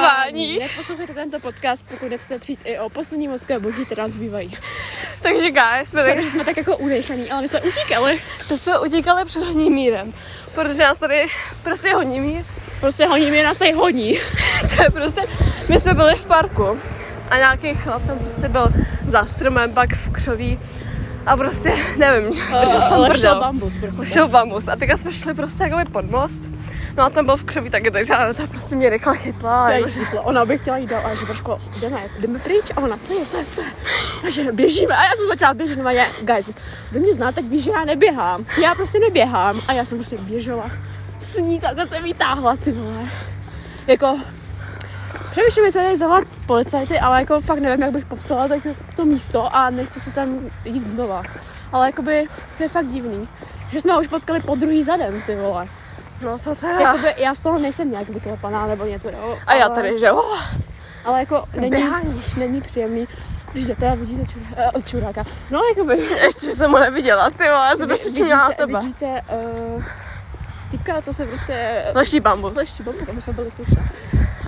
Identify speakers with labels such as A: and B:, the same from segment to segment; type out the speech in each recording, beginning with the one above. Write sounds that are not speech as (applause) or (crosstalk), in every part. A: poslední.
B: Neposlouchejte tento podcast, pokud chcete přijít i o poslední mozkové boží, které nás zbývají.
A: Takže guys, jsme tak,
B: Sorry, že jsme tak jako udechaný, ale my jsme utíkali.
A: to jsme utíkali před honimírem, protože nás tady prostě honimír,
B: Prostě honí mi nás tady hodí.
A: (laughs) to je prostě, my jsme byli v parku a nějaký chlap tam prostě byl za stromem, pak v křoví a prostě, (laughs) nevím, držel jsem
B: Ale šel
A: prdel.
B: bambus prostě.
A: Ušel bambus a teďka jsme šli prostě jakoby pod most. No a tam byl v křoví taky, takže já ta prostě mě rychle chytla. A
B: Já
A: jako,
B: jí říkla, ona by chtěla jít dál, ale že Božko, jdeme, jdeme pryč a ona, co je, co je, co je? A že běžíme a já jsem začala běžet, no a já, guys, kdo mě zná, tak ví, že já neběhám, já prostě neběhám a já jsem prostě běžela s ní, takhle jsem vytáhla, ty vole. Jako, přemýšlím, jestli tady zavolat policajty, ale jako fakt nevím, jak bych popsala tak to místo a nechci se tam jít znova. Ale jakoby, to je fakt divný, že jsme ho už potkali po druhý zadem, ty vole.
A: no to teda.
B: Jakoby, já z toho nejsem nějak vyklepaná nebo něco. jo,
A: A já
B: ale-
A: tady, že jo. (laughs)
B: ale jako není,
A: Běhání.
B: není příjemný, když jdete a vidíte čur, eh, od čuráka. No,
A: (laughs)
B: jakoby.
A: Ještě jsem ho neviděla, ty vole, já jsem prostě činila na tebe.
B: Vidíte uh, typka, co se prostě
A: Leší bambus.
B: leští bombu, jsme byli slyšet.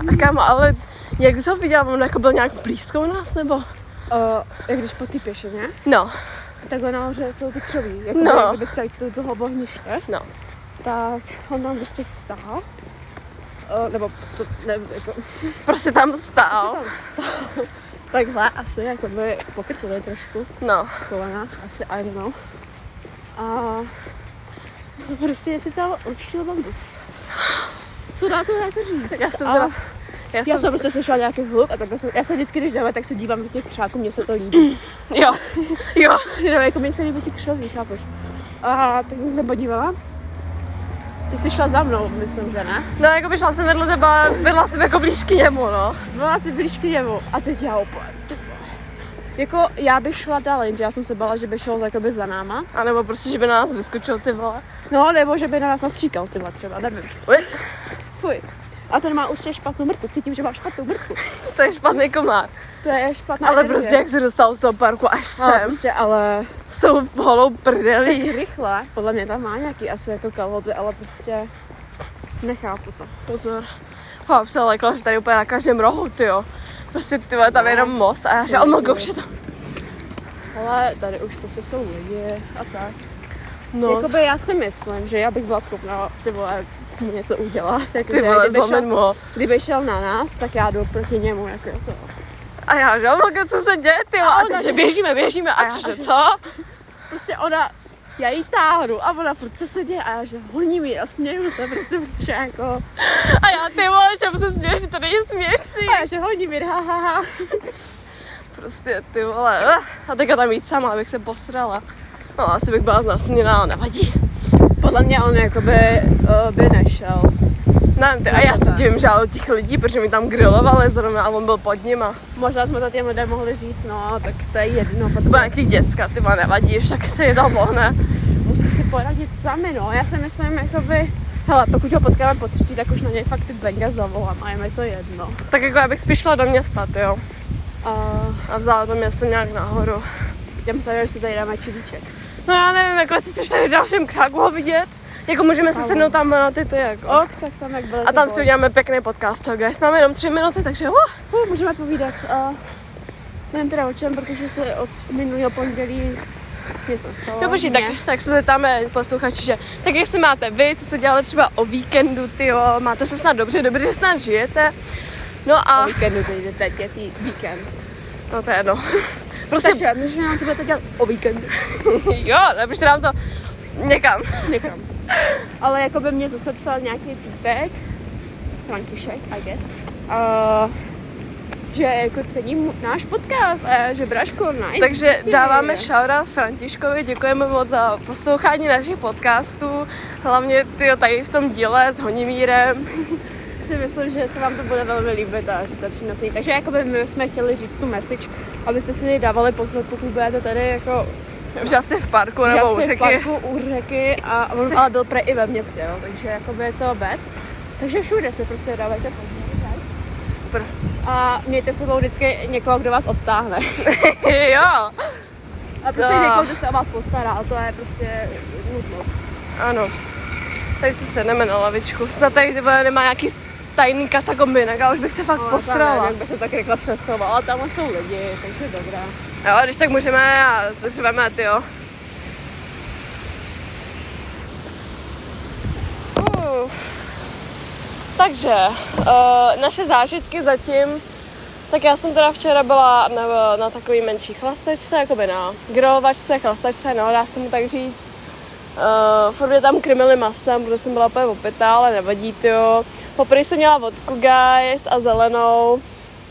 A: A kámo, ale jak jsi ho viděla, on jako byl nějak blízko u nás, nebo?
B: Uh, jak když po ty pěše, ne?
A: No,
B: Takhle nahoře jsou ty křoví, jako
A: No.
B: no. kdybyste jeli do toho bohniště,
A: no.
B: tak on tam prostě stál. Uh, nebo to, ne, jako,
A: Prostě tam stál.
B: (laughs) tam stál. Takhle asi, jako by pokrčili trošku.
A: No,
B: kolenách, asi, I don't know. A prostě si tam odšel bambus. Co dá to jako říct?
A: já jsem
B: A
A: teda... Já
B: já
A: jsem,
B: jsem prostě slyšela nějaký hluk a takhle jsem, já se vždycky, když jdeme, tak se dívám do těch křáků, mně se to (clears throat) líbí.
A: jo, (laughs) jo,
B: Nebo jako mně se líbí ty křoví, chápeš? A tak jsem se podívala. Ty jsi šla za mnou, myslím, že ne?
A: no jako by šla jsem vedle tebe, ale vedla jsem jako blíž k němu, no.
B: Byla jsi blíž k němu a teď já opět. ty vole. Jako já bych šla dál, jenže já jsem se bála, že jako by šel jakoby za náma.
A: A nebo prostě, že by na nás vyskočil, ty vole.
B: No, nebo že by na nás nastříkal tyhle třeba, nevím.
A: Uj,
B: Fuj. A ten má určitě špatnou mrtku, cítím, že má špatnou mrtku.
A: to je špatný komár.
B: To je špatná
A: Ale
B: energie.
A: prostě, jak se dostal z toho parku až
B: ale,
A: sem,
B: prostě, ale
A: s tou holou prdelí.
B: i rychle, podle mě tam má nějaký asi jako kalhoty, ale prostě nechápu to.
A: Pozor. Fá, se lekla, jako, že tady úplně na každém rohu, ty jo. Prostě ty vole, tam je jenom most a já že ono go je tam.
B: Ale tady už prostě jsou lidi a tak.
A: No,
B: No. Jakoby já si myslím, že já bych byla schopná ty vole mu něco udělat. Jako,
A: ty
B: že
A: vole,
B: kdyby,
A: zlomen
B: šel,
A: mu ho.
B: kdyby šel na nás, tak já jdu proti němu. Jako to.
A: A já že ono go, co se děje, ty vole. A,
B: ona,
A: ty,
B: že-
A: že běžíme, běžíme. A
B: a
A: já
B: že-
A: že co?
B: Prostě ona, já jí táhnu a ona furt, co se děje? A já že honí mi a směju se prostě, protože jako...
A: A já ty vole, čemu se směš, to není směšný.
B: A já že honí mi, ha, ha, ha.
A: Prostě ty vole. eh. A teďka tam jít sama, abych se posrala. No, asi bych byla znásilněná, ale nevadí.
B: Podle mě on jakoby uh, by nešel.
A: Nevím, ty, a já se divím, že ale těch lidí, protože mi tam grilovali zrovna a on byl pod nima.
B: Možná jsme to těm lidem mohli říct, no, tak to je jedno,
A: To
B: prostě
A: nějaký děcka, ty vole, nevadí, však se je tam ohne.
B: musí si poradit sami, no. Já si myslím, jakoby, hele, pokud ho potkáme po třetí, tak už na něj fakt ty benga zavolám a je mi to jedno.
A: Tak jako já bych spíš šla do města, ty jo.
B: A
A: A vzala to město nějak nahoru.
B: jdem se, že si tady dáme čivíček.
A: No já nevím, jako jestli chceš tady v dalším křáku ho vidět. Jako můžeme se sednout tam na ty ty, jako.
B: Ok, tak tam jak bylo.
A: A tam si uděláme pěkný podcast, tak guys. Máme jenom tři minuty, takže uh,
B: Uh, můžeme povídat. Uh, nevím teda o čem, protože se od minulého pondělí nic nestalo.
A: no boží,
B: Mně.
A: tak, tak se zeptáme posluchači, že tak jak se máte vy, co jste dělali třeba o víkendu, ty jo, máte se snad dobře, dobře, že snad žijete. No
B: O
A: a,
B: víkendu teď jde, teď je tý víkend.
A: no to je jedno. (laughs) Prostě,
B: Takže, že nám to budete dělat o víkendu.
A: jo, napište nám to někam.
B: Někam. Ale jako by mě zase psal nějaký typek, František, I guess, uh, že jako cení mu- náš podcast a já, že Braško, nice.
A: Takže
B: díky.
A: dáváme shoutout Františkovi, děkujeme moc za poslouchání našich podcastů, hlavně tyjo, tady v tom díle s Honimírem.
B: si myslím, že se vám to bude velmi líbit a že to je přínosný. Takže jako by my jsme chtěli říct tu message, abyste si dávali pozor, pokud budete tady jako
A: V Žadci v parku nebo u
B: žabci v
A: řeky.
B: parku u řeky a on
A: Se-
B: ale byl pre i ve městě, jo, takže jako by je to bet. Takže všude se prostě dávajte pozor. tak?
A: Super.
B: A mějte s sebou vždycky někoho, kdo vás odtáhne.
A: (laughs) jo,
B: A prostě
A: Tak.
B: někoho, kdo se o vás postará, a to je prostě nutnost.
A: ano. Tady si sedneme na lavičku. Snad tady ty vole, nemá nějaký tajníka, ta kombinek a už bych se fakt posrala.
B: No, Jak by se tak rychle přesouvala, tam jsou lidi, takže dobrá.
A: Jo, když tak můžeme a zřveme, ty jo. Uf. Takže, uh, naše zážitky zatím, tak já jsem teda včera byla na, na takový menší chlastačce, jakoby na grilovačce, chlastačce, no, dá se mu tak říct. Uh, furt mě tam krmili masem, protože jsem byla úplně opitá, ale nevadí, jo. Poprvé jsem měla vodku, guys, a zelenou,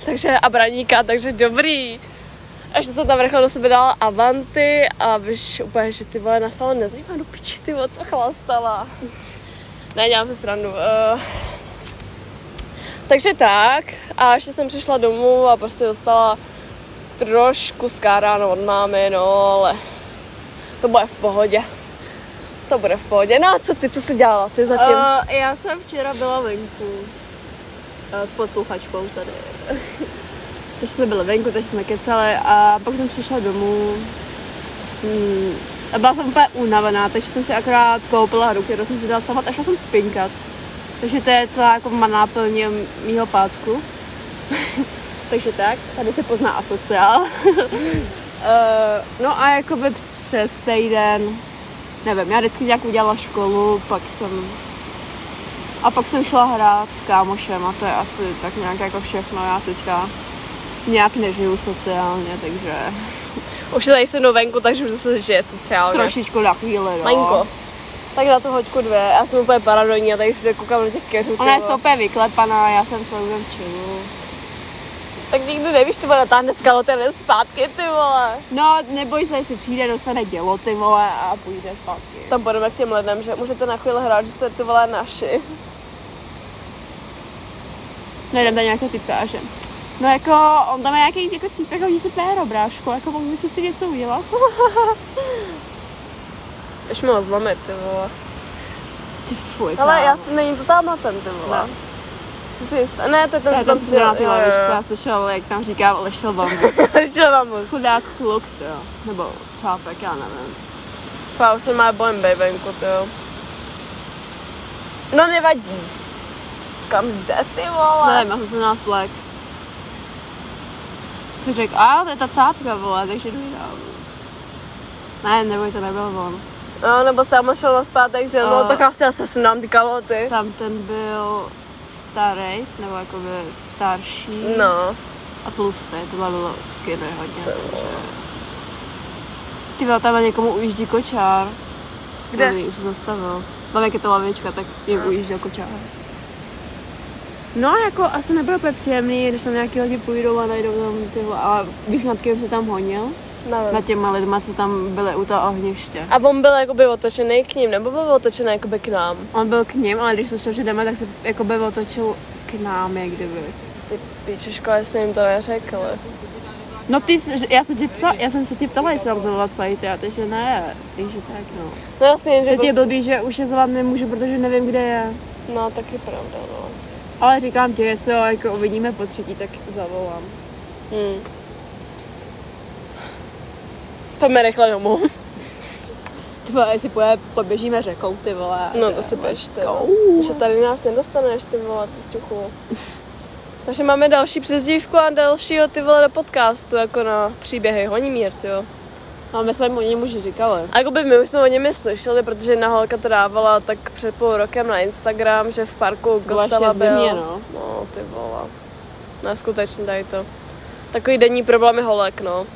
A: takže a braníka, takže dobrý. Až jsem tam rychle do sebe dala avanty a víš úplně, že ty vole na salon nezajímá do piči, ty vole, co chlastala. Ne, dělám si srandu. Uh, takže tak, a ještě jsem přišla domů a prostě dostala trošku skáráno od mámy, no, ale to bude v pohodě. To bude v pohodě. No a co ty, co jsi dělala ty zatím? Uh,
B: Uh, já jsem včera byla venku uh, s posluchačkou tady. (laughs) takže jsme byli venku, takže jsme kecali a pak jsem přišla domů. Hmm. A byla jsem úplně unavená, takže jsem si akorát koupila ruky, kterou jsem si dala stavat a šla jsem spinkat. Takže to je celá jako má náplně mýho pátku. (laughs) takže tak, tady se pozná asociál. (laughs) Eh, no a jakoby přes týden, nevím, já vždycky nějak udělala školu, pak jsem a pak jsem šla hrát s kámošem a to je asi tak nějak jako všechno. Já teďka nějak nežiju sociálně, takže
A: Eh, už tady jsem do venku, takže už zase žije sociálně.
B: trošičku na chvíli, no.
A: Maňko. Tak na tu hoďku dvě, já jsem úplně paranoidní a tady všude koukám na těch keřů. ty
B: Ona je z
A: vole.
B: toho úplně vyklepaná, já jsem celou den chillu.
A: Tak nikdy nevíš, ty vole, natáhne z kaloteny zpátky, ty vole.
B: No, neboj se, jestli přijde, dostane dělo, ty vole, a půjde zpátky.
A: Tam půjdeme k těm lidem, že můžete na chvíli hrát, že jste ty vole naši.
B: Najdem tam nějaké typka a že... No jako, on tam je nějaký jako typek, oni se péro, bráško, jako mohl by si s tím
A: (laughs)
B: něco udělat.
A: Ještě mi ho zlomit, ty vole.
B: Ty fuj,
A: Ale
B: kámo.
A: já si není to támatem, ty vole.
B: Ne.
A: Jsi si jistá? Ne, to je ten,
B: Já
A: co
B: tam
A: tam
B: si dělá ty
A: jo,
B: víš co,
A: jo,
B: já slyšel, jak tam říká Lešel Bambu.
A: (laughs) jo. Chtěla vám moc.
B: Chudák kluk, to jo. Nebo cápek, já nevím.
A: Pá, už se má bojem bejbenku, ty jo. No nevadí. Kam jde, ty vole?
B: Nevím, já jsem se nás lek. Ty řekl, a to je ta cápka, vole, takže jdu dál. Ne, neboj, to nebyl on.
A: No, nebo sám šel na zpátek, že no,
B: A-
A: tak asi já se sundám ty kaloty.
B: Tam ten byl starý, nebo jakoby starší.
A: No.
B: A tlustý, tohle bylo skinny hodně.
A: To
B: takže-
A: jo.
B: Ty vole, tam někomu ujíždí kočár.
A: Kde?
B: Dobrý, už se zastavil. Tam jak je to lavička, tak jim ujížděl kočár. No a jako asi nebylo úplně příjemný, když tam nějaký lidi půjdou a najdou tam ty vole, ale víš nad kým se tam honil?
A: Nevím.
B: Nad těma lidma, co tam byli u toho ohniště.
A: A on byl jakoby otočený k ním, nebo byl otočený jakoby k nám?
B: On byl k ním, ale když slyšel, že jdeme, tak se jako by otočil k nám, jak kdyby.
A: Ty píče, škoda, jsem jim to neřekla.
B: No ty, jsi- já jsem ti psala, já jsem se ti ptala, jestli tam zavolala celý ty, a ty, že ne, takže tak no.
A: No jasně, že
B: Teď je
A: byl...
B: blbý, že už je zavolat nemůžu, protože nevím, kde je.
A: No, taky pravda, no.
B: Ale říkám ti, jestli ho jako uvidíme po třetí, tak zavolám.
A: Hmm. Pojďme rychle
B: (laughs)
A: domů.
B: Tvoje, jestli poje, poběžíme řekou, ty vole.
A: No, to si peš, ty.
B: Go.
A: Že tady nás nedostaneš, ty vole, ty stuchu. (laughs) Takže máme další přezdívku a dalšího ty vole do podcastu, jako na příběhy Honimír, ty jo.
B: No, my jsme mu němu už říkali.
A: A jakoby my už jsme o něm slyšeli, protože jedna holka to dávala tak před půl rokem na Instagram, že v parku
B: Byla ještě
A: Kostela
B: v zimě,
A: byl.
B: no.
A: no. ty vole. Neskutečně tady to. Takový denní problémy holek, no.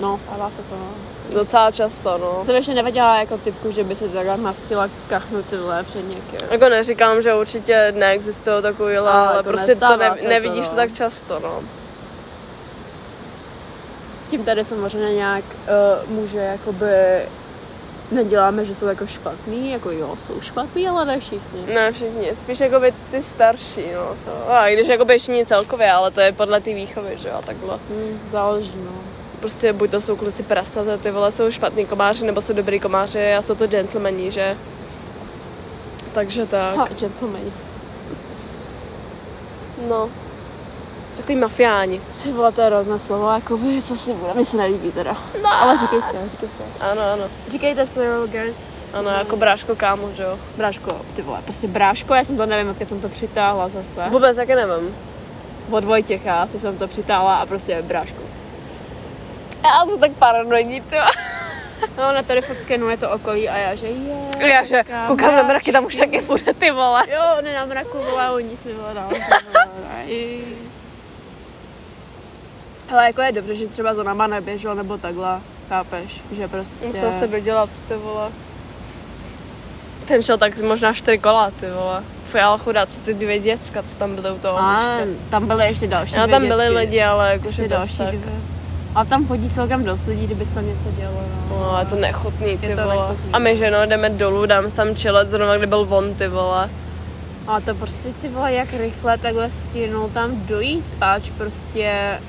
B: No, stává se to. no.
A: Docela často, no.
B: Jsem ještě nevěděla jako typku, že by se takhle mastila kachnu ty vole před někým.
A: Jako neříkám, že určitě neexistují takový, ale,
B: Ale
A: ale
B: jako
A: prostě to
B: nestává
A: ne,
B: se to,
A: nevidíš
B: no.
A: to tak často, no.
B: Tím tady samozřejmě nějak uh, může jakoby neděláme, že jsou jako špatný, jako jo, jsou špatný, ale ne všichni.
A: Ne všichni, spíš jakoby ty starší, no co. A i když jakoby všichni celkově, ale to je podle té výchovy, že jo, a takhle.
B: Hmm, záleží, no.
A: Prostě buď to jsou kluci prasata, ty vole jsou špatný komáři, nebo jsou dobrý komáři a jsou to gentlemani, že? Takže tak.
B: Ha, gentlemani.
A: No. Takový mafiáni.
B: Ty vole, to je hrozné slovo, jakoby, co si bude, mi se nelíbí teda. No. Ale říkej si, říkej si.
A: Ano, ano.
B: Říkejte Sparrow Girls.
A: Ano, jako bráško kámo, že jo.
B: Bráško, ty vole, prostě bráško, já jsem to nevím, odkud jsem to přitáhla zase.
A: Vůbec taky nevím.
B: Od Vojtěcha si jsem to přitáhla a prostě bráško.
A: Já jsem tak paranoidní, ty.
B: No, ona tady furt skenuje to okolí a já, že je.
A: Já že koukám na mraky, tam už taky bude, ty vole.
B: Jo, ne na mraku, vole, oni si vole, no. Ale jako je dobře, že třeba za náma neběžel nebo takhle, chápeš, že prostě...
A: Musel se dodělat, ty vole. Ten šel tak možná čtyři kola, ty vole. Fy, ale chudáci ty dvě děcka, co tam byly u toho
B: a
A: hřiště.
B: tam byly ještě další
A: No,
B: dvě
A: tam byli
B: dětky.
A: lidi, ale jakože
B: Ještě
A: další
B: další
A: tak.
B: dvě. A tam chodí celkem dost lidí, kdyby tam něco dělalo.
A: No, je to nechutný, ty
B: Je to
A: vole.
B: nechutný.
A: A my, že no, jdeme dolů, dám si tam čelet, zrovna kdy byl von, ty vole.
B: A to prostě ty vole, jak rychle takhle stihnul tam dojít, páč prostě...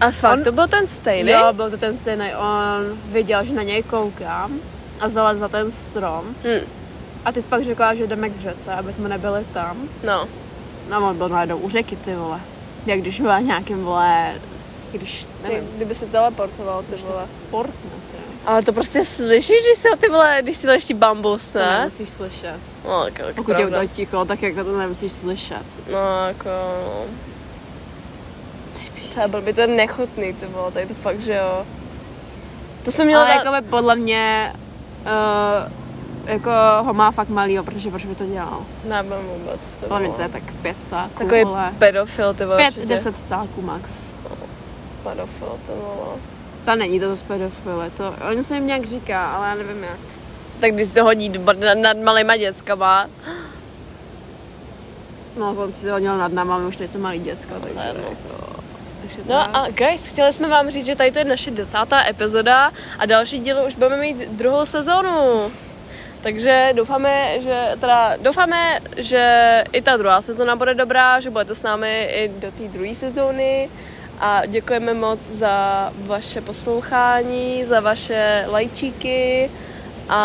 A: A fakt,
B: On-
A: to byl ten stejný?
B: Jo, byl to ten stejný, on viděl, že na něj koukám a zalez za ten strom.
A: Hm,
B: A ty jsi pak řekla, že jdeme k řece, aby jsme nebyli tam.
A: no.
B: No, on byl najednou u řeky, ty vole. Jak když byla nějakým, vole, když,
A: Ty,
B: nevím,
A: kdyby se teleportoval, ty vole.
B: port, ne, ty.
A: Ale to prostě slyšíš, když se ty vole, když si leští bambus,
B: To
A: ne?
B: nemusíš slyšet.
A: No, jako, jako
B: Pokud je
A: pravda.
B: to ticho, tak jako to nemusíš slyšet.
A: No, jako, no. To je blbý, to je nechutný, ty vole, tady to fakt, že jo. To jsem měla,
B: Ale
A: na...
B: jako by podle mě uh, jako ho má fakt malýho, protože proč by to dělal?
A: nevím vůbec, ty
B: Podle mě to je
A: vole.
B: tak pět cáků,
A: Takový
B: vole.
A: pedofil, ty vole,
B: Pět,
A: určitě.
B: deset cáků max.
A: Pedofil, ty vole.
B: Ta není to zase pedofil, je to, on se jim nějak říká, ale já nevím jak.
A: Tak když to hodí do brda nad, nad malýma dětskama,
B: No, on si to hodil nad náma, my už nejsme malý děcka, takže...
A: Ano.
B: jako- takže to-
A: No a guys, chtěli jsme vám říct, že tady to je naše desátá epizoda a další díl už budeme mít druhou sezónu. Takže doufáme, že teda doufáme, že i ta druhá sezóna bude dobrá, že budete s námi i do té druhé sezóny. A děkujeme moc za vaše poslouchání, za vaše lajčíky a,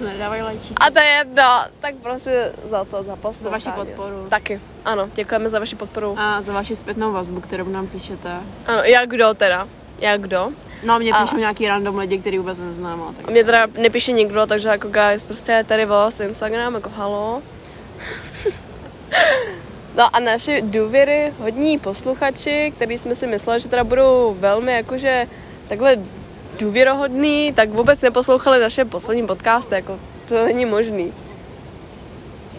B: Nedávaj lajčíky.
A: a to je jedno, tak prostě za to, za poslouchání.
B: podporu.
A: Taky, ano, děkujeme za vaši podporu.
B: A za vaši zpětnou vazbu, kterou nám píšete.
A: Ano, jak kdo teda, jak kdo.
B: No a mě
A: A-
B: píšou nějaký random lidi, který vůbec neznám. ale Tak...
A: A Mě teda nepíše nikdo, takže jako guys, prostě je tady vás Instagram, jako halo. (laughs) No a naši důvěry hodní posluchači, který jsme si mysleli, že teda budou velmi jakože takhle důvěrohodný, tak vůbec neposlouchali naše poslední podcasty, jako to není možný.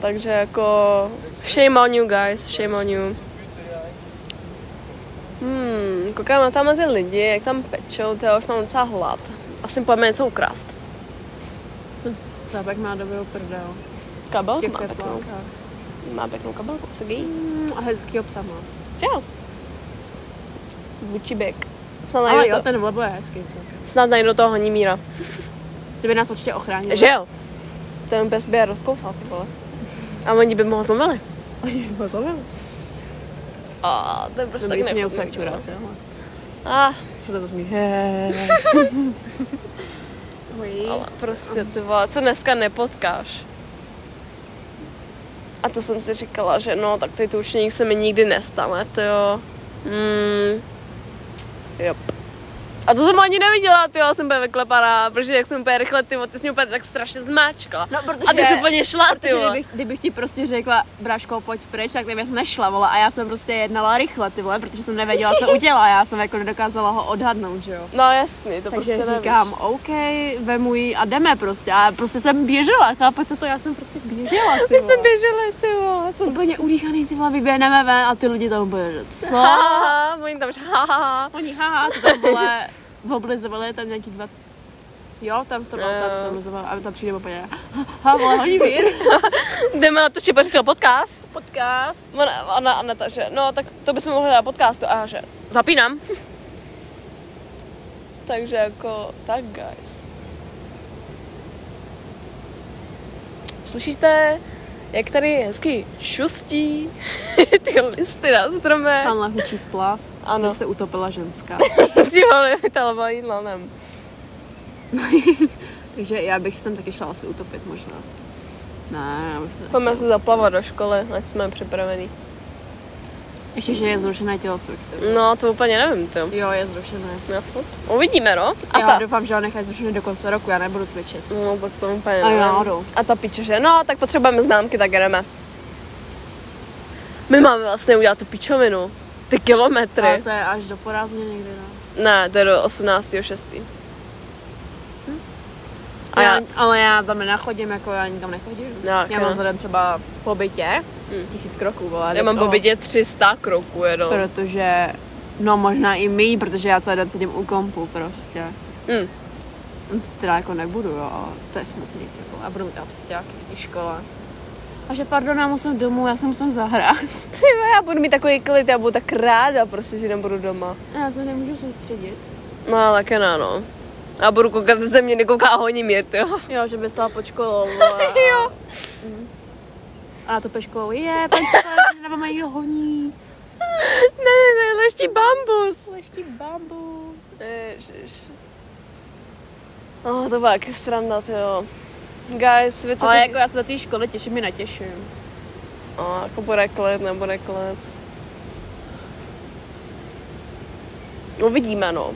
A: Takže jako shame on you guys, shame on you. Hmm, koukám na tam ty lidi, jak tam pečou, to já už mám docela hlad. Asi pojďme něco ukrást.
B: Zábek má dobrou prdel.
A: Kabel?
B: Těch
A: Má pěknou,
B: květlánkách.
A: má pěknou kabelku, co gej?
B: Mm, a hezký obsah má.
A: Čau. Gucci bag. Snad
B: Ale
A: najdu,
B: jo,
A: to,
B: ten vlebo je hezký celkem.
A: snad najdu toho Honimíra.
B: Ty by nás určitě ochránil.
A: Že jo? Ten pes by je rozkousal, ty vole. A oni by mu ho zlomili.
B: (laughs) Oni by ho zlomili.
A: A to je prostě
B: To
A: tak
B: by směl
A: nechutný,
B: se
A: ty vole.
B: čurát, jo. no.
A: Ah,
B: Co to to
A: (laughs)
B: smí? Hehehe.
A: ale prostě ty vole, co dneska nepotkáš. A to jsem si říkala, že no, tak tady to určitě se mi nikdy nestane, to jo. Mm. Yep. A to jsem ani neviděla, ty jo, jsem byla vyklepaná, protože jak jsem úplně rychle, ty vole, ty jsi mě úplně tak strašně zmáčkala.
B: No, protože...
A: A ty jsi po ně šla, ty
B: Protože
A: vole.
B: kdybych, kdybych, ti prostě řekla, bráško, pojď pryč, tak kdybych nešla, vole, a já jsem prostě jednala rychle, ty vole, protože jsem nevěděla, co udělá, já jsem jako nedokázala ho odhadnout, že jo.
A: No jasný, to
B: Takže
A: prostě
B: říkám, OK, vemu ji a jdeme prostě. A prostě jsem běžela, chápete to? Já jsem prostě běžela, ty
A: nevíš. My jsme
B: vole.
A: běželi, ty vole, to
B: Úplně udýchaný, ty vole, vyběhneme ven a ty lidi tam úplně, že co?
A: ha, ha, ha, oni tam, že ha, ha, ha.
B: (laughs) Oni haha, se tam vole, (laughs) oblizovali tam nějaký dva Jo, tam v tom
A: Jo.
B: autě se oblizovala a tam přijde úplně. Ha, vole, hodí vír.
A: Jdeme na to, či řekl podcast.
B: (laughs) Podcast.
A: Ona, ona, ona ta, že, no tak to bychom mohli dát podcastu, a já, že zapínám. (laughs) Takže jako, tak guys. Slyšíte, jak tady hezky šustí (laughs) ty listy na stromech?
B: Tamhle hučí splav,
A: Ano.
B: ano. se utopila (laughs) ženská.
A: (laughs) Ty vole, vytalovala jídlanem.
B: Takže já bych se tam taky šla asi utopit možná. Ne, já bych se...
A: Pojďme se zaplavat do školy, ať jsme připravení.
B: Ještě, že je zrušené tělocvik. Mm.
A: No, to úplně nevím, to.
B: Jo, je zrušené.
A: No, furt. Uvidíme, no. A
B: A já
A: ta...
B: ta... doufám, že ho nechají zrušený do konce roku, já nebudu cvičit.
A: No, tak to úplně
B: Ani
A: nevím.
B: náhodou.
A: A ta pičože, no, tak potřebujeme známky, tak jdeme. My máme vlastně udělat tu pičovinu. Ty kilometry.
B: Ale to je až do porázně někdy, no.
A: Ne, to je do 18.6. A já,
B: ale já No, tam nenachodím, jako já nikam nechodím.
A: Já
B: já
A: taky
B: mám
A: ne.
B: za den třeba po bytě,
A: Mm.
B: tisíc kroků, vole.
A: já mám
B: docela.
A: po bytě 300 kroků jenom.
B: Protože, no možná i my, protože já celý den sedím u kompu prostě.
A: Mm.
B: Teda jako nebudu, jo, ale to je smutný, ty vole. A budu mít abstiáky v té škole. A že pardon, já musím domů, já se musím zahrát.
A: Ty vole, já budu mít takový klid, já budu tak ráda prostě, že nebudu doma.
B: Já se nemůžu soustředit.
A: No, ale také ne, no. A budu koukat, zde mě nekouká Honimír, ty jo.
B: Jo, že by stala pod (laughs) školou. jo. A na to pod školou je, pan škola, nebo mají ho honí.
A: ne, ne, ne, leští bambus.
B: Leští bambu.
A: Ježiš. No, to byla jaké sranda, ty jo. Guys, vy co...
B: Ale
A: chodí-
B: jako já se do té školy těším i netěším.
A: No, jako bude klid, nebude klid. Uvidíme, no.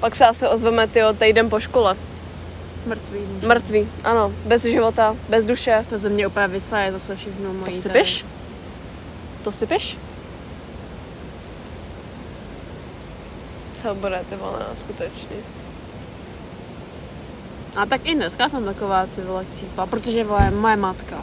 A: Pak se asi ozveme, tyjo, týden po škole.
B: Mrtvý.
A: Mrtvý, ano, bez života, bez duše.
B: To ze mě úplně vysaje zase všechno
A: To
B: mojí.
A: si
B: tady.
A: piš? To si piš? Co bude, ty vole, skutečně.
B: A tak i dneska jsem taková ty vole cípa, protože vole moje matka.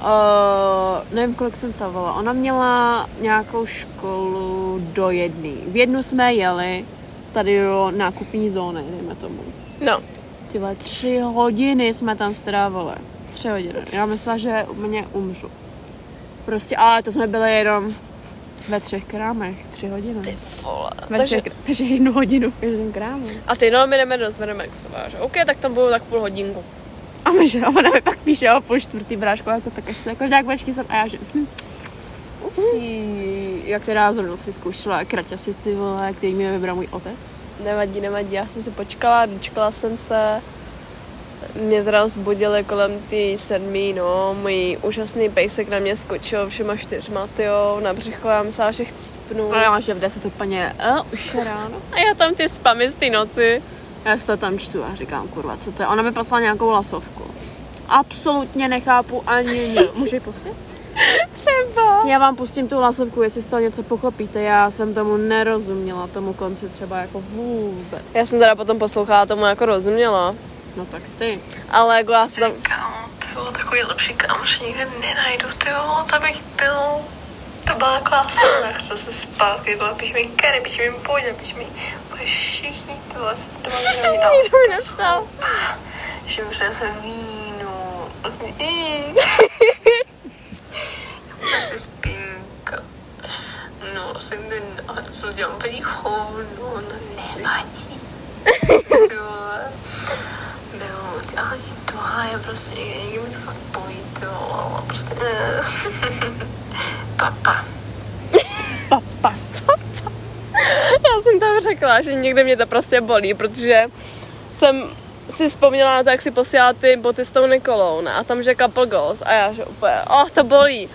B: Uh, nevím, kolik jsem stavala. Ona měla nějakou školu do jedné. V jednu jsme jeli tady do nákupní zóny, dejme tomu.
A: No,
B: Ty vole, tři hodiny jsme tam strávili. Tři hodiny. Já myslela, že u mě umřu. Prostě, ale to jsme byli jenom ve třech krámech. Tři hodiny.
A: ty vole.
B: Ve
A: Takže,
B: třech, takže jednu hodinu v každém krámu.
A: a ty, no, my jdeme do Zveremexova, že? OK, tak tam budou tak půl hodinku.
B: A my, že ona mi pak píše o půl čtvrtý bráško, jako tak až se jako nějak budeš kysat a já, že hm. Upsí, jak teda zrovna si zkoušela kratě si ty vole, který mi vybral můj otec.
A: Nevadí, nevadí, já jsem si počkala, dočkala jsem se. Mě teda vzbudili kolem ty sedmý, no, můj úžasný pejsek na mě skočil všema čtyřma, tyjo, na břicho, já myslela, že chcípnu.
B: A já že v 10 úplně, a už je ráno.
A: A já tam ty spamy z té noci.
B: Já si to tam čtu a říkám, kurva, co to je? Ona mi poslala nějakou lasovku. Absolutně nechápu ani nic. Můžu ji pustit?
A: Třeba.
B: Já vám pustím tu hlasovku, jestli z toho něco pochopíte. Já jsem tomu nerozuměla, tomu konci třeba jako vůbec.
A: Já jsem teda potom poslouchala, tomu jako rozuměla.
B: No tak ty.
A: Ale jako já jsem tam...
C: Kámo, ty vole, takový lepší kámoš nikde nenajdu, ty vole, tam jak bylo. To byla taková silná, chce se spát, ty vole, píš mi Kary, píš mi Půjď, píš mi vole, všichni, ty vole, jsem
A: (laughs)
C: to mám jenom dál.
A: Nikdo mi nepsal.
C: Že mu přes víno.
A: (laughs)
C: Mm. Já se spinka. No, jsem ten, ale co dělám, paní hovno, no
A: (laughs)
C: nevadí. Ty vole. No, ale ti to je prostě, někdy mi to fakt bolí, ty vole, ale prostě, eh. Papa.
B: Pa, pa.
A: (laughs) Já jsem tam řekla, že někde mě to prostě bolí, protože jsem si vzpomněla na to, jak si posílala ty boty s tou Nikolou, ne? A tam že couple goals a já že úplně, oh, to bolí.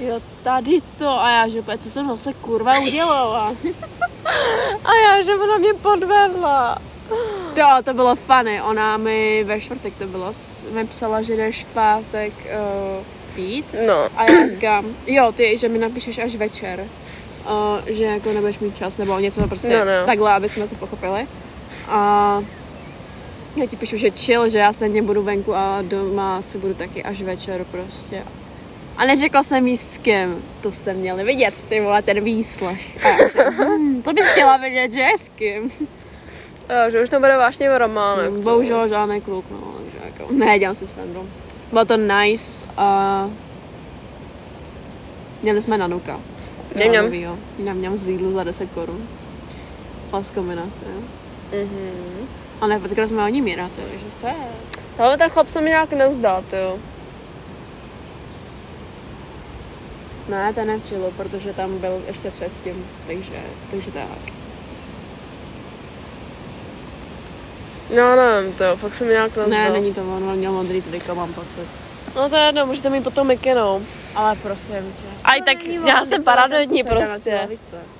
B: Jo, tady to. A já, že úplně, co jsem zase kurva udělala.
A: (laughs) A já, že ona mě podvedla.
B: to, to bylo funny. Ona mi ve čtvrtek to bylo, s- mi psala, že jdeš v pátek uh, pít.
A: No,
B: A já říkám, jo, ty, že mi napíšeš až večer. Uh, že jako nebudeš mít čas, nebo něco prostě
A: No,
B: no,
A: no.
B: no. takhle, aby jsme to pochopili. A já ti píšu, že chill, že já stejně budu venku a doma si budu taky až večer prostě. A neřekla jsem jí s kým. To jste měli vidět, ty vole, ten výslech. A já, že, hm, to bys chtěla vidět, že s kým.
A: jo, že už nebude vážně román.
B: No, bohužel žádný kluk, no, takže jako, ne, dělám si srandu. Bylo to nice a měli jsme nanuka.
A: Ňam, ňam.
B: Lanovýho. Ňam, ňam z Lidlu za 10 korun. Plus kombinace.
A: Mhm.
B: A ne, potkali jsme ani míra, to je, takže se.
A: Ale ten chlap se mi nějak nezdá, jo.
B: Ne, to nevčilo, protože tam byl ještě předtím, takže, takže tak.
A: No, nevím, to fakt se mi nějak nezdá.
B: Ne, není to on, on měl modrý triko, mám pocit.
A: No to je jedno, můžete mi potom no. mykinout.
B: Ale prosím tě.
A: A i tak já jsem paranoidní prostě.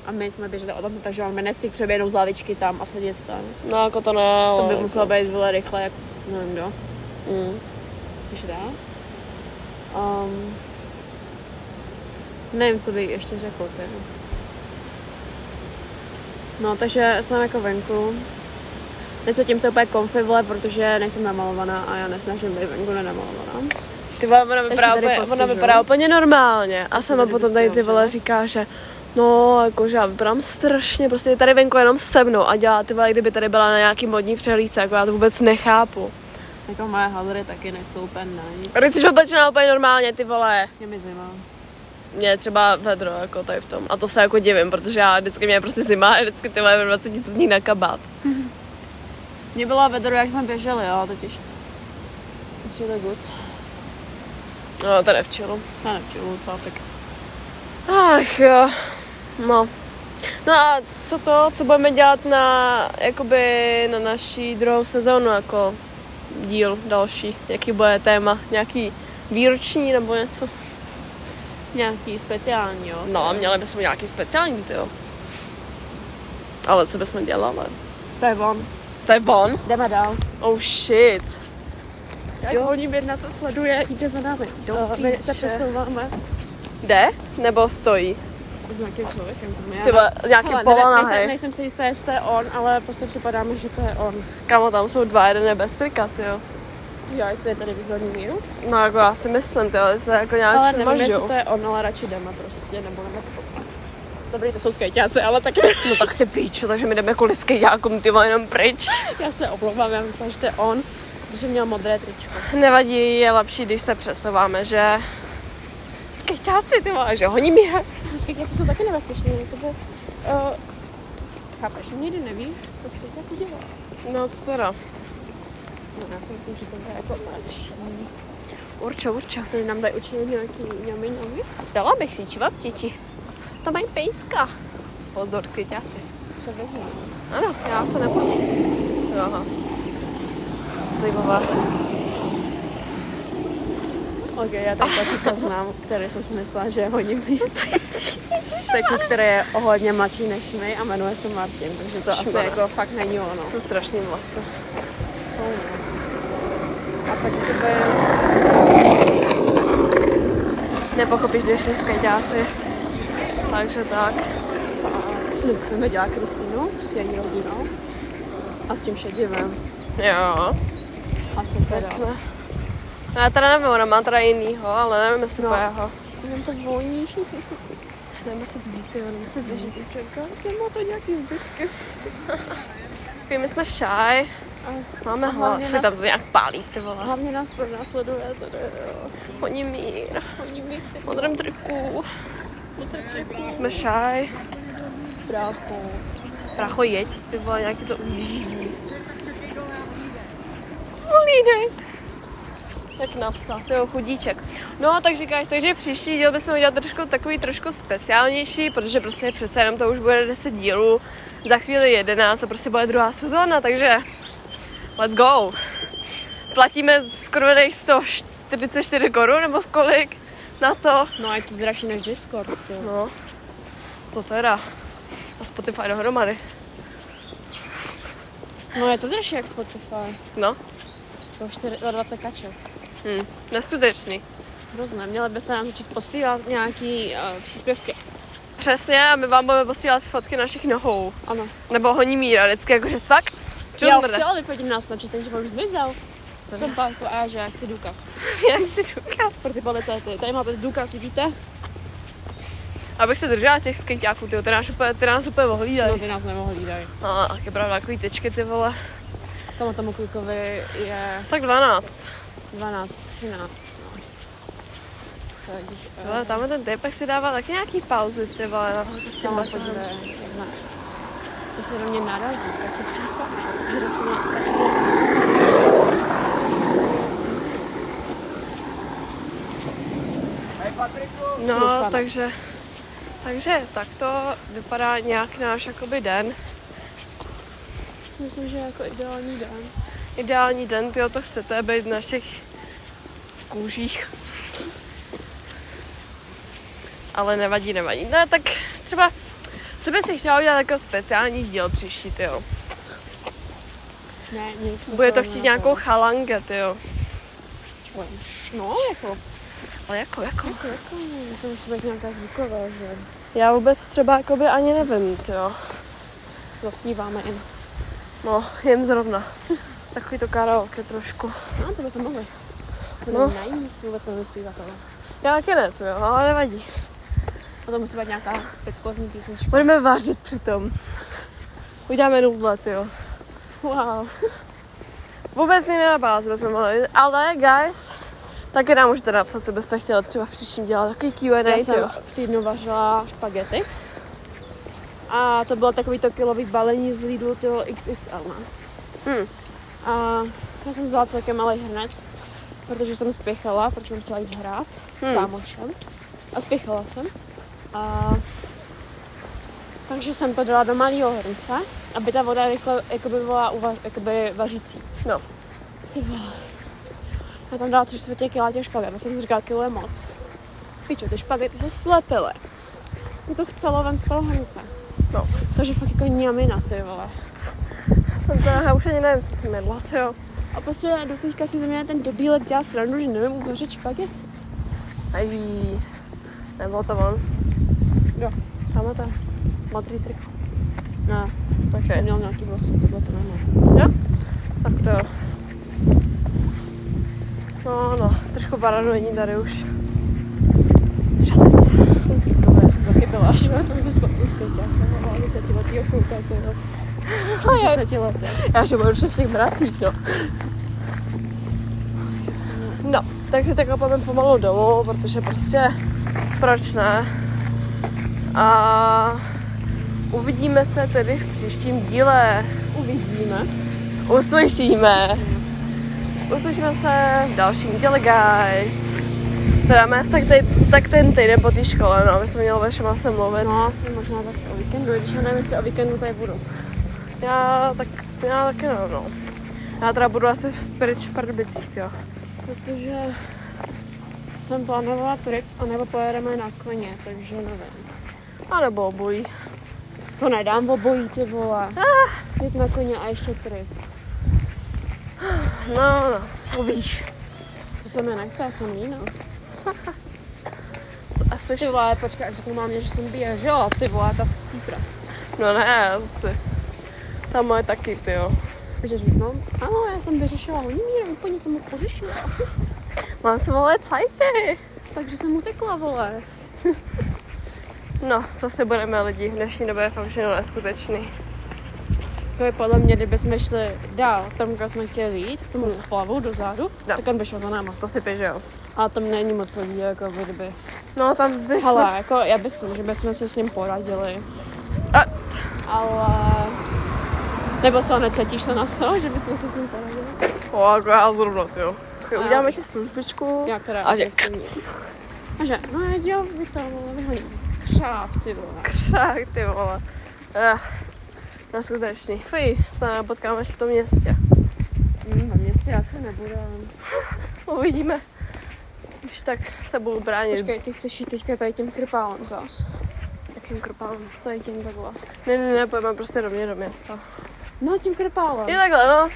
B: A my jsme běželi od okna, takže máme nestihl přeběhnout z lavičky tam a sedět tam.
A: No jako to ne, ale...
B: To by
A: jako-
B: muselo být vole rychle, jak nevím kdo.
A: Mm.
B: Ještě dál? Um, nevím, co bych ještě řekl, ty. No, takže jsem jako venku. Necítím se úplně comfy, vole, protože nejsem namalovaná a já nesnažím být venku nenamalovaná.
A: Ty vole, ona vypadá,
B: tady
A: úplně, ona
B: postižu.
A: vypadá úplně normálně. A sama
B: tady
A: potom no. tady ty
B: postižu,
A: vole
B: jo.
A: říká, že no, jakože já vypadám strašně, prostě je tady venku jenom se mnou a dělá ty vole, kdyby tady byla na nějaký modní přehlídce, jako já to vůbec nechápu.
B: Jako moje hallery taky nejsou úplně nice.
A: A teď jsi oblečená úplně normálně, ty vole.
B: Je mi zima.
A: Mě je třeba vedro, jako tady v tom. A to se jako divím, protože já vždycky mě je prostě zima a vždycky ty vole 20 dní na kabát.
B: Mě bylo vedro, jak jsme běželi, jo, totiž. Už je to good.
A: No, to nevčilo.
B: Já nevču, co, tak
A: Ach jo, no. No a co to, co budeme dělat na, jakoby, na naší druhou sezónu, jako díl další, jaký bude téma, nějaký výroční nebo něco.
B: nějaký speciální, jo.
A: No a měli bychom nějaký speciální, jo. Ale co bychom dělali?
B: To je on.
A: To je on?
B: Jdeme dál.
A: Oh shit.
B: Jo, volním jako jedna se sleduje, jde za námi. Do my se
A: píče.
B: přesouváme
A: Jde? Nebo stojí?
B: s nějakým člověkem. Tam já
A: Ty vole, nějaký
B: Hele,
A: bola
B: nevím,
A: na
B: nejsem, nejsem si jistá, jestli to je on, ale prostě připadá mi, že to je on.
A: Kamo, tam jsou dva, jeden je bez trika, jo.
B: Jo, jestli je tady vizuální míru.
A: No jako já si myslím, ty ale se jako nějak
B: ale
A: se
B: nevím, jestli
A: mažou.
B: to je on, ale radši jdeme prostě, nebo nebo Dobrý, to jsou skejťáci, ale taky
A: No tak ty píču, takže my jdeme kvůli skejákům, ty vole, jenom pryč.
B: (laughs) já se omlouvám, já myslím, že to je on, protože měl modré tričko.
A: Nevadí, je lepší, když se přesouváme, že... Skejťáci, ty vole, že honí mi
B: Skejťáci jsou taky nebezpeční, protože... Uh, chápeš, nikdy nevíš, co skejťák udělá.
A: No, co teda?
B: No, já si myslím, že to je jako lepší.
A: Určo, určo.
B: Tady nám dají určitě nějaký ňamy ňamy.
A: Dala bych si čiva ptiči. To mají pejska. Pozor, skejťáci.
B: Co vidíme?
A: Ano, já se nepomínám. Aha. Zajímavá.
B: Ok, já tak taky znám, který jsem si myslela, že je hodně mý. Takový, který je o hodně mladší než my a jmenuje se Martin, takže to asi
A: Šmaré.
B: jako fakt není ono.
A: Jsou strašný vlasy.
B: Jsou, no. A tak jakoby...
A: Nepochopíš dnešní skejťáci. Takže tak.
B: Dneska jsem viděla Kristinu s její rodinou a s tím šedivem.
A: Jo.
B: A jsem teda...
A: Tak ne. No, já teda nevím, ona má teda jinýho, ale nevím, jestli
B: No.
A: no. jeho.
B: Jenom to voní.
A: Jdeme si vzít, jo, jdeme si vzít.
B: Čekáš, nemá to nějaký zbytky.
A: Takový, my jsme šaj, máme
B: A
A: hlad,
B: hlavně
A: Fy,
B: nás-
A: tam to nějak pálí, ty vole.
B: Hlavně nás pronásleduje tady, jo.
A: Honí mír,
B: Oni mi
A: v modrém triku,
B: ty
A: jsme šaj.
B: právu.
A: Pracho, jeď, ty vole, nějaký to ujíždí. Línek. Jak napsat, jo, chudíček. No, takže guys, takže příští díl bychom udělali trošku takový trošku speciálnější, protože prostě přece jenom to už bude 10 dílů, za chvíli 11 a prostě bude druhá sezóna, takže let's go. Platíme skoro 144 korun nebo z kolik na to.
B: No a je to dražší než Discord, jo.
A: No, to teda. A Spotify dohromady.
B: No je to dražší jak Spotify.
A: No,
B: To už 24 kaček.
A: hm, neskutečný.
B: Hrozné, měli byste nám začít posílat nějaký uh, příspěvky.
A: Přesně, a my vám budeme posílat fotky našich nohou.
B: Ano.
A: Nebo honí míra, vždycky jakože cvak. Čus,
B: Já
A: mrde.
B: chtěla vyfotit nás na Snapchat, že mám zmizel. Jsem pálku a že já chci důkaz.
A: (laughs) Já chci důkaz.
B: Pro ty policajty. Tady máte důkaz, vidíte?
A: Abych se držela těch skejťáků, ty, ty, nás úplně, ty nás úplně
B: No
A: ohlídají.
B: ty nás nemohli dát.
A: No, a je pravda, takový tečky ty vole.
B: Tomu tomu klukovi je
A: Tak 12.
B: 12, 13. No. Takže... eh,
A: Ale tam ten typek si dává taky nějaký pauzy, ty vole, nahoře s tím
B: Sama
A: letem.
B: podle, jak znáš. Jestli do mě narazí, tak je přísahám, že dostanu
A: No,
B: Krusanec.
A: No, takže, takže tak to vypadá nějak náš jakoby den.
B: Myslím, že jako ideální den.
A: Ideální den, ty to chcete být v našich kůžích. Ale nevadí, nevadí. No tak třeba, co bys si chtěla udělat jako speciální díl příští, ty jo.
B: Ne, jako nic.
A: Bude to chtít nějakou chalange, ty jo.
B: No, jako,
A: Ale jako, jako?
B: jako, to musí být nějaká zvuková, že
A: Já vůbec třeba jakoby ani nevím, ty jo.
B: zaspíváme jen.
A: No, jen zrovna. Takový to karaoke trošku.
B: No, to bychom mohli.
A: No.
B: No. Najím, vůbec nevím zpívat, ale.
A: Já taky ne, ty jo, ale nevadí.
B: A to musí být nějaká předškolní písnička.
A: Budeme vařit přitom. Uděláme nudle, ty jo.
B: Wow.
A: Vůbec mě nenapadá, co bychom mohli, ale guys, taky nám můžete napsat, co byste chtěli třeba v příštím dělat, takový Q&A,
B: Já
A: ty jo.
B: jsem v týdnu vařila špagety. A to bylo takový to kilový balení z Lidlu, toho XXL. ne?
A: Hmm.
B: no. A já jsem vzala celkem malý hrnec, protože jsem spěchala, protože jsem chtěla jít hrát
A: Hmm.
B: s kámošem. A spěchala jsem. A... Takže jsem to dala do malého hrnce, aby ta voda rychle jakoby byla uva, jakoby vařící.
A: No.
B: Ty vole. Já tam dala tři čtvrtě kila těch špaget, já jsem si říkala, kilo je moc. Pičo, ty špagety se slepily. Mě to chcelo ven z toho hrnce.
A: No.
B: Takže fakt jako ňamina, ty vole.
A: Jsem to já už ani nevím, co jsem jedla, ty jo.
B: A prostě do teďka si ze mě ten debílek dělá srandu, že nevím uvařit špaget.
A: Ají. Nebylo to on.
B: Kdo?
A: Tam to. Modrý trik.
B: Ne,
A: Okay.
B: měl nějaký vlasy, to bylo to ne.
A: Tak to jo. No, no, trošku paranoidní tady už. Šatec.
B: Dobré, jsem taky byla, že na tom se spadl z kotě. Mám desetiletýho kluka, to je
A: (laughs)
B: roz...
A: já-
B: Desetiletý.
A: Já že budu v těch mracích, no. No, takže takhle půjdeme pomalu domů, protože prostě proč ne? A uvidíme se tedy v příštím díle.
B: Uvidíme.
A: Uslyšíme. Uslyšíme se v dalším díle, guys. Teda mes, tak, tej, tak ten týden po té škole, no, my jsme měli ve všema se mluvit.
B: No, asi možná tak o víkendu, i když já nevím, jestli o víkendu tady budu.
A: Já tak, já taky nevím, no. Já teda budu asi v pryč v Pardubicích, jo.
B: Protože jsem plánovala trip, anebo pojedeme na koně, takže nevím.
A: A nebo obojí.
B: To nedám obojí, ty vole.
A: Ah.
B: Jít na koně a ještě trip.
A: No, no, uvidíš.
B: To se mi nechce, já jsem jiná.
A: (laughs) Asi
B: Ty vole, počkej, až řeknu mámě, že jsem běžela, ty vole, ta títra.
A: No ne, asi. Ta moje taky, ty jo.
B: Takže řeknu, ano, no? já jsem vyřešila Honimíra, úplně jsem ho pořešila.
A: Mám se malé cajty.
B: Takže jsem utekla, vole.
A: No, co si budeme lidi, v dnešní době je fakt všechno neskutečný.
B: To je podle mě, kdyby jsme šli dál, tam, kam jsme chtěli jít, k tomu hmm. splavu dozadu,
A: No.
B: tak on by šel za náma.
A: To si pěš, jo.
B: A tam není moc lidí, jako by kdyby.
A: No, tam by
B: Hele, jako já bych si, že bychom se s ním poradili,
A: A,
B: ale... Nebo co, necítíš se na to, (laughs) že bychom se s ním poradili?
A: o, jako já zrovna, ty jo. Tak
B: A.
A: Uděláme ti službičku.
B: Já teda
A: A že-
B: agresivní. A že, no já dělám, vy to, vole, vyhoním. Křáp, ty vole.
A: Křák, ty vole. Ach, neskutečný. Fuj, snad potkáme ještě v tom městě.
B: Hmm, na městě asi nebudu.
A: Uvidíme. Když tak se budu bránit.
B: Počkej, ty chceš jít teďka tady tím krpálem zas.
A: jakým krpám.
B: Tady tím takhle.
A: Ne, ne, ne, pojďme prostě do mě do města.
B: No, tím krpálem.
A: Je takhle, no.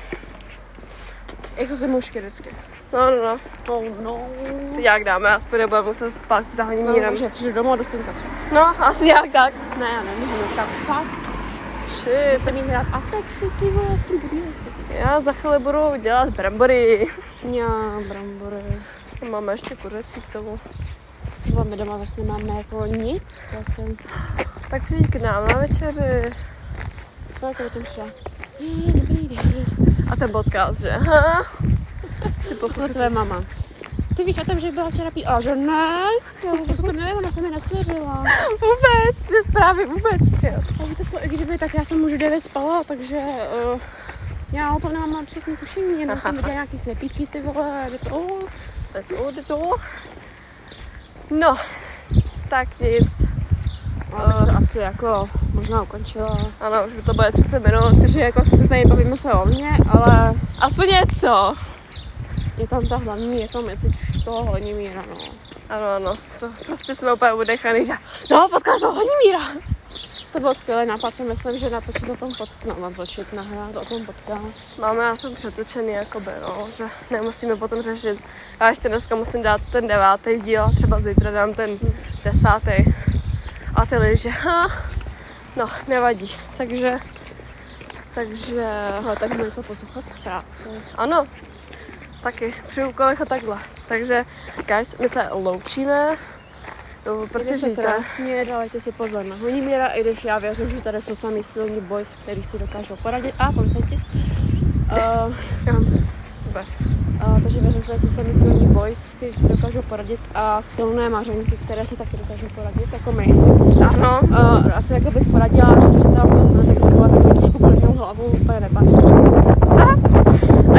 B: Jako ze mužky vždycky.
A: No, no, no.
B: Oh no.
A: Teď jak dáme, aspoň nebudeme muset spát za
B: No,
A: honimírem.
B: takže přijdu domů a jdu spinkat.
A: No, asi nějak tak.
B: Ne, já nemůžu dneska. Fakt,
A: Shit.
B: jsem jít hrát Apexy, ty vole, s tím podívej.
A: Já za chvíli budu dělat brambory.
B: Já, brambory.
A: Máme ještě kuřecí k tomu.
B: Ty vole, my doma zase nemáme jako nic celkem.
A: Tak přijď k nám na večeři.
B: No, jako by to šla. Je, Dobrý den.
A: A ten podcast, že? (laughs) Ha? Ty
B: To je
A: posloucháš.
B: tvoje mama. Ty víš o tom, že byla včera pí... A že ne? Já vůbec to nevím, ona se mi nesvěřila.
A: Vůbec, ty zprávy vůbec. Tě.
B: A víte co, i kdyby, tak já jsem už 9 spala, takže uh, já o tom nemám absolutní tušení, jenom jsem viděla nějaký snepíky, ty vole, něco, oh,
A: That's all, that's all. No, tak nic. Eh,
B: Ale uh, asi jako možná ukončila.
A: Ano, už by to bude 30 minut.
B: Takže jako sice tady bavíme se o mě, ale
A: Aspoň něco.
B: je tam ta hlavní, je to mesič toho Honimíra, no.
A: Ano, ano, to prostě jsme úplně udechaný, že
B: No, potkala jsem Honimíra! To byl skvělý nápad, si myslím, že natočit o tom podcast, no, natočit, nahrát o tom podcast.
A: máme aspoň přetočený, jakoby, no, že nemusíme potom řešit. Já ještě dneska musím dát ten devátý díl, a třeba zítra dám ten desátý. A ty lidi, že ha, no, nevadí, takže, takže,
B: Ale tak bude co poslouchat v práci.
A: ano, taky, při úkolech a takhle. Takže, guys, my se loučíme, no, prostě
B: Prostě se
A: žijte.
B: krásně, dávajte si pozor na Honimíra, i když já věřím, že tady jsou sami silní boys, který si dokážou poradit. A, policajti. Uh,
A: Jo, super.
B: A, Eh, takže věřím, že jsou sami silní boys, kteří si dokážou poradit a silné mařenky, které si taky dokážou poradit, jako my.
A: Ano,
B: A, asi jako bych poradila, že prostě tam to snad tak zachovat takovou trošku plnou hlavou, úplně nepanikařit.
A: a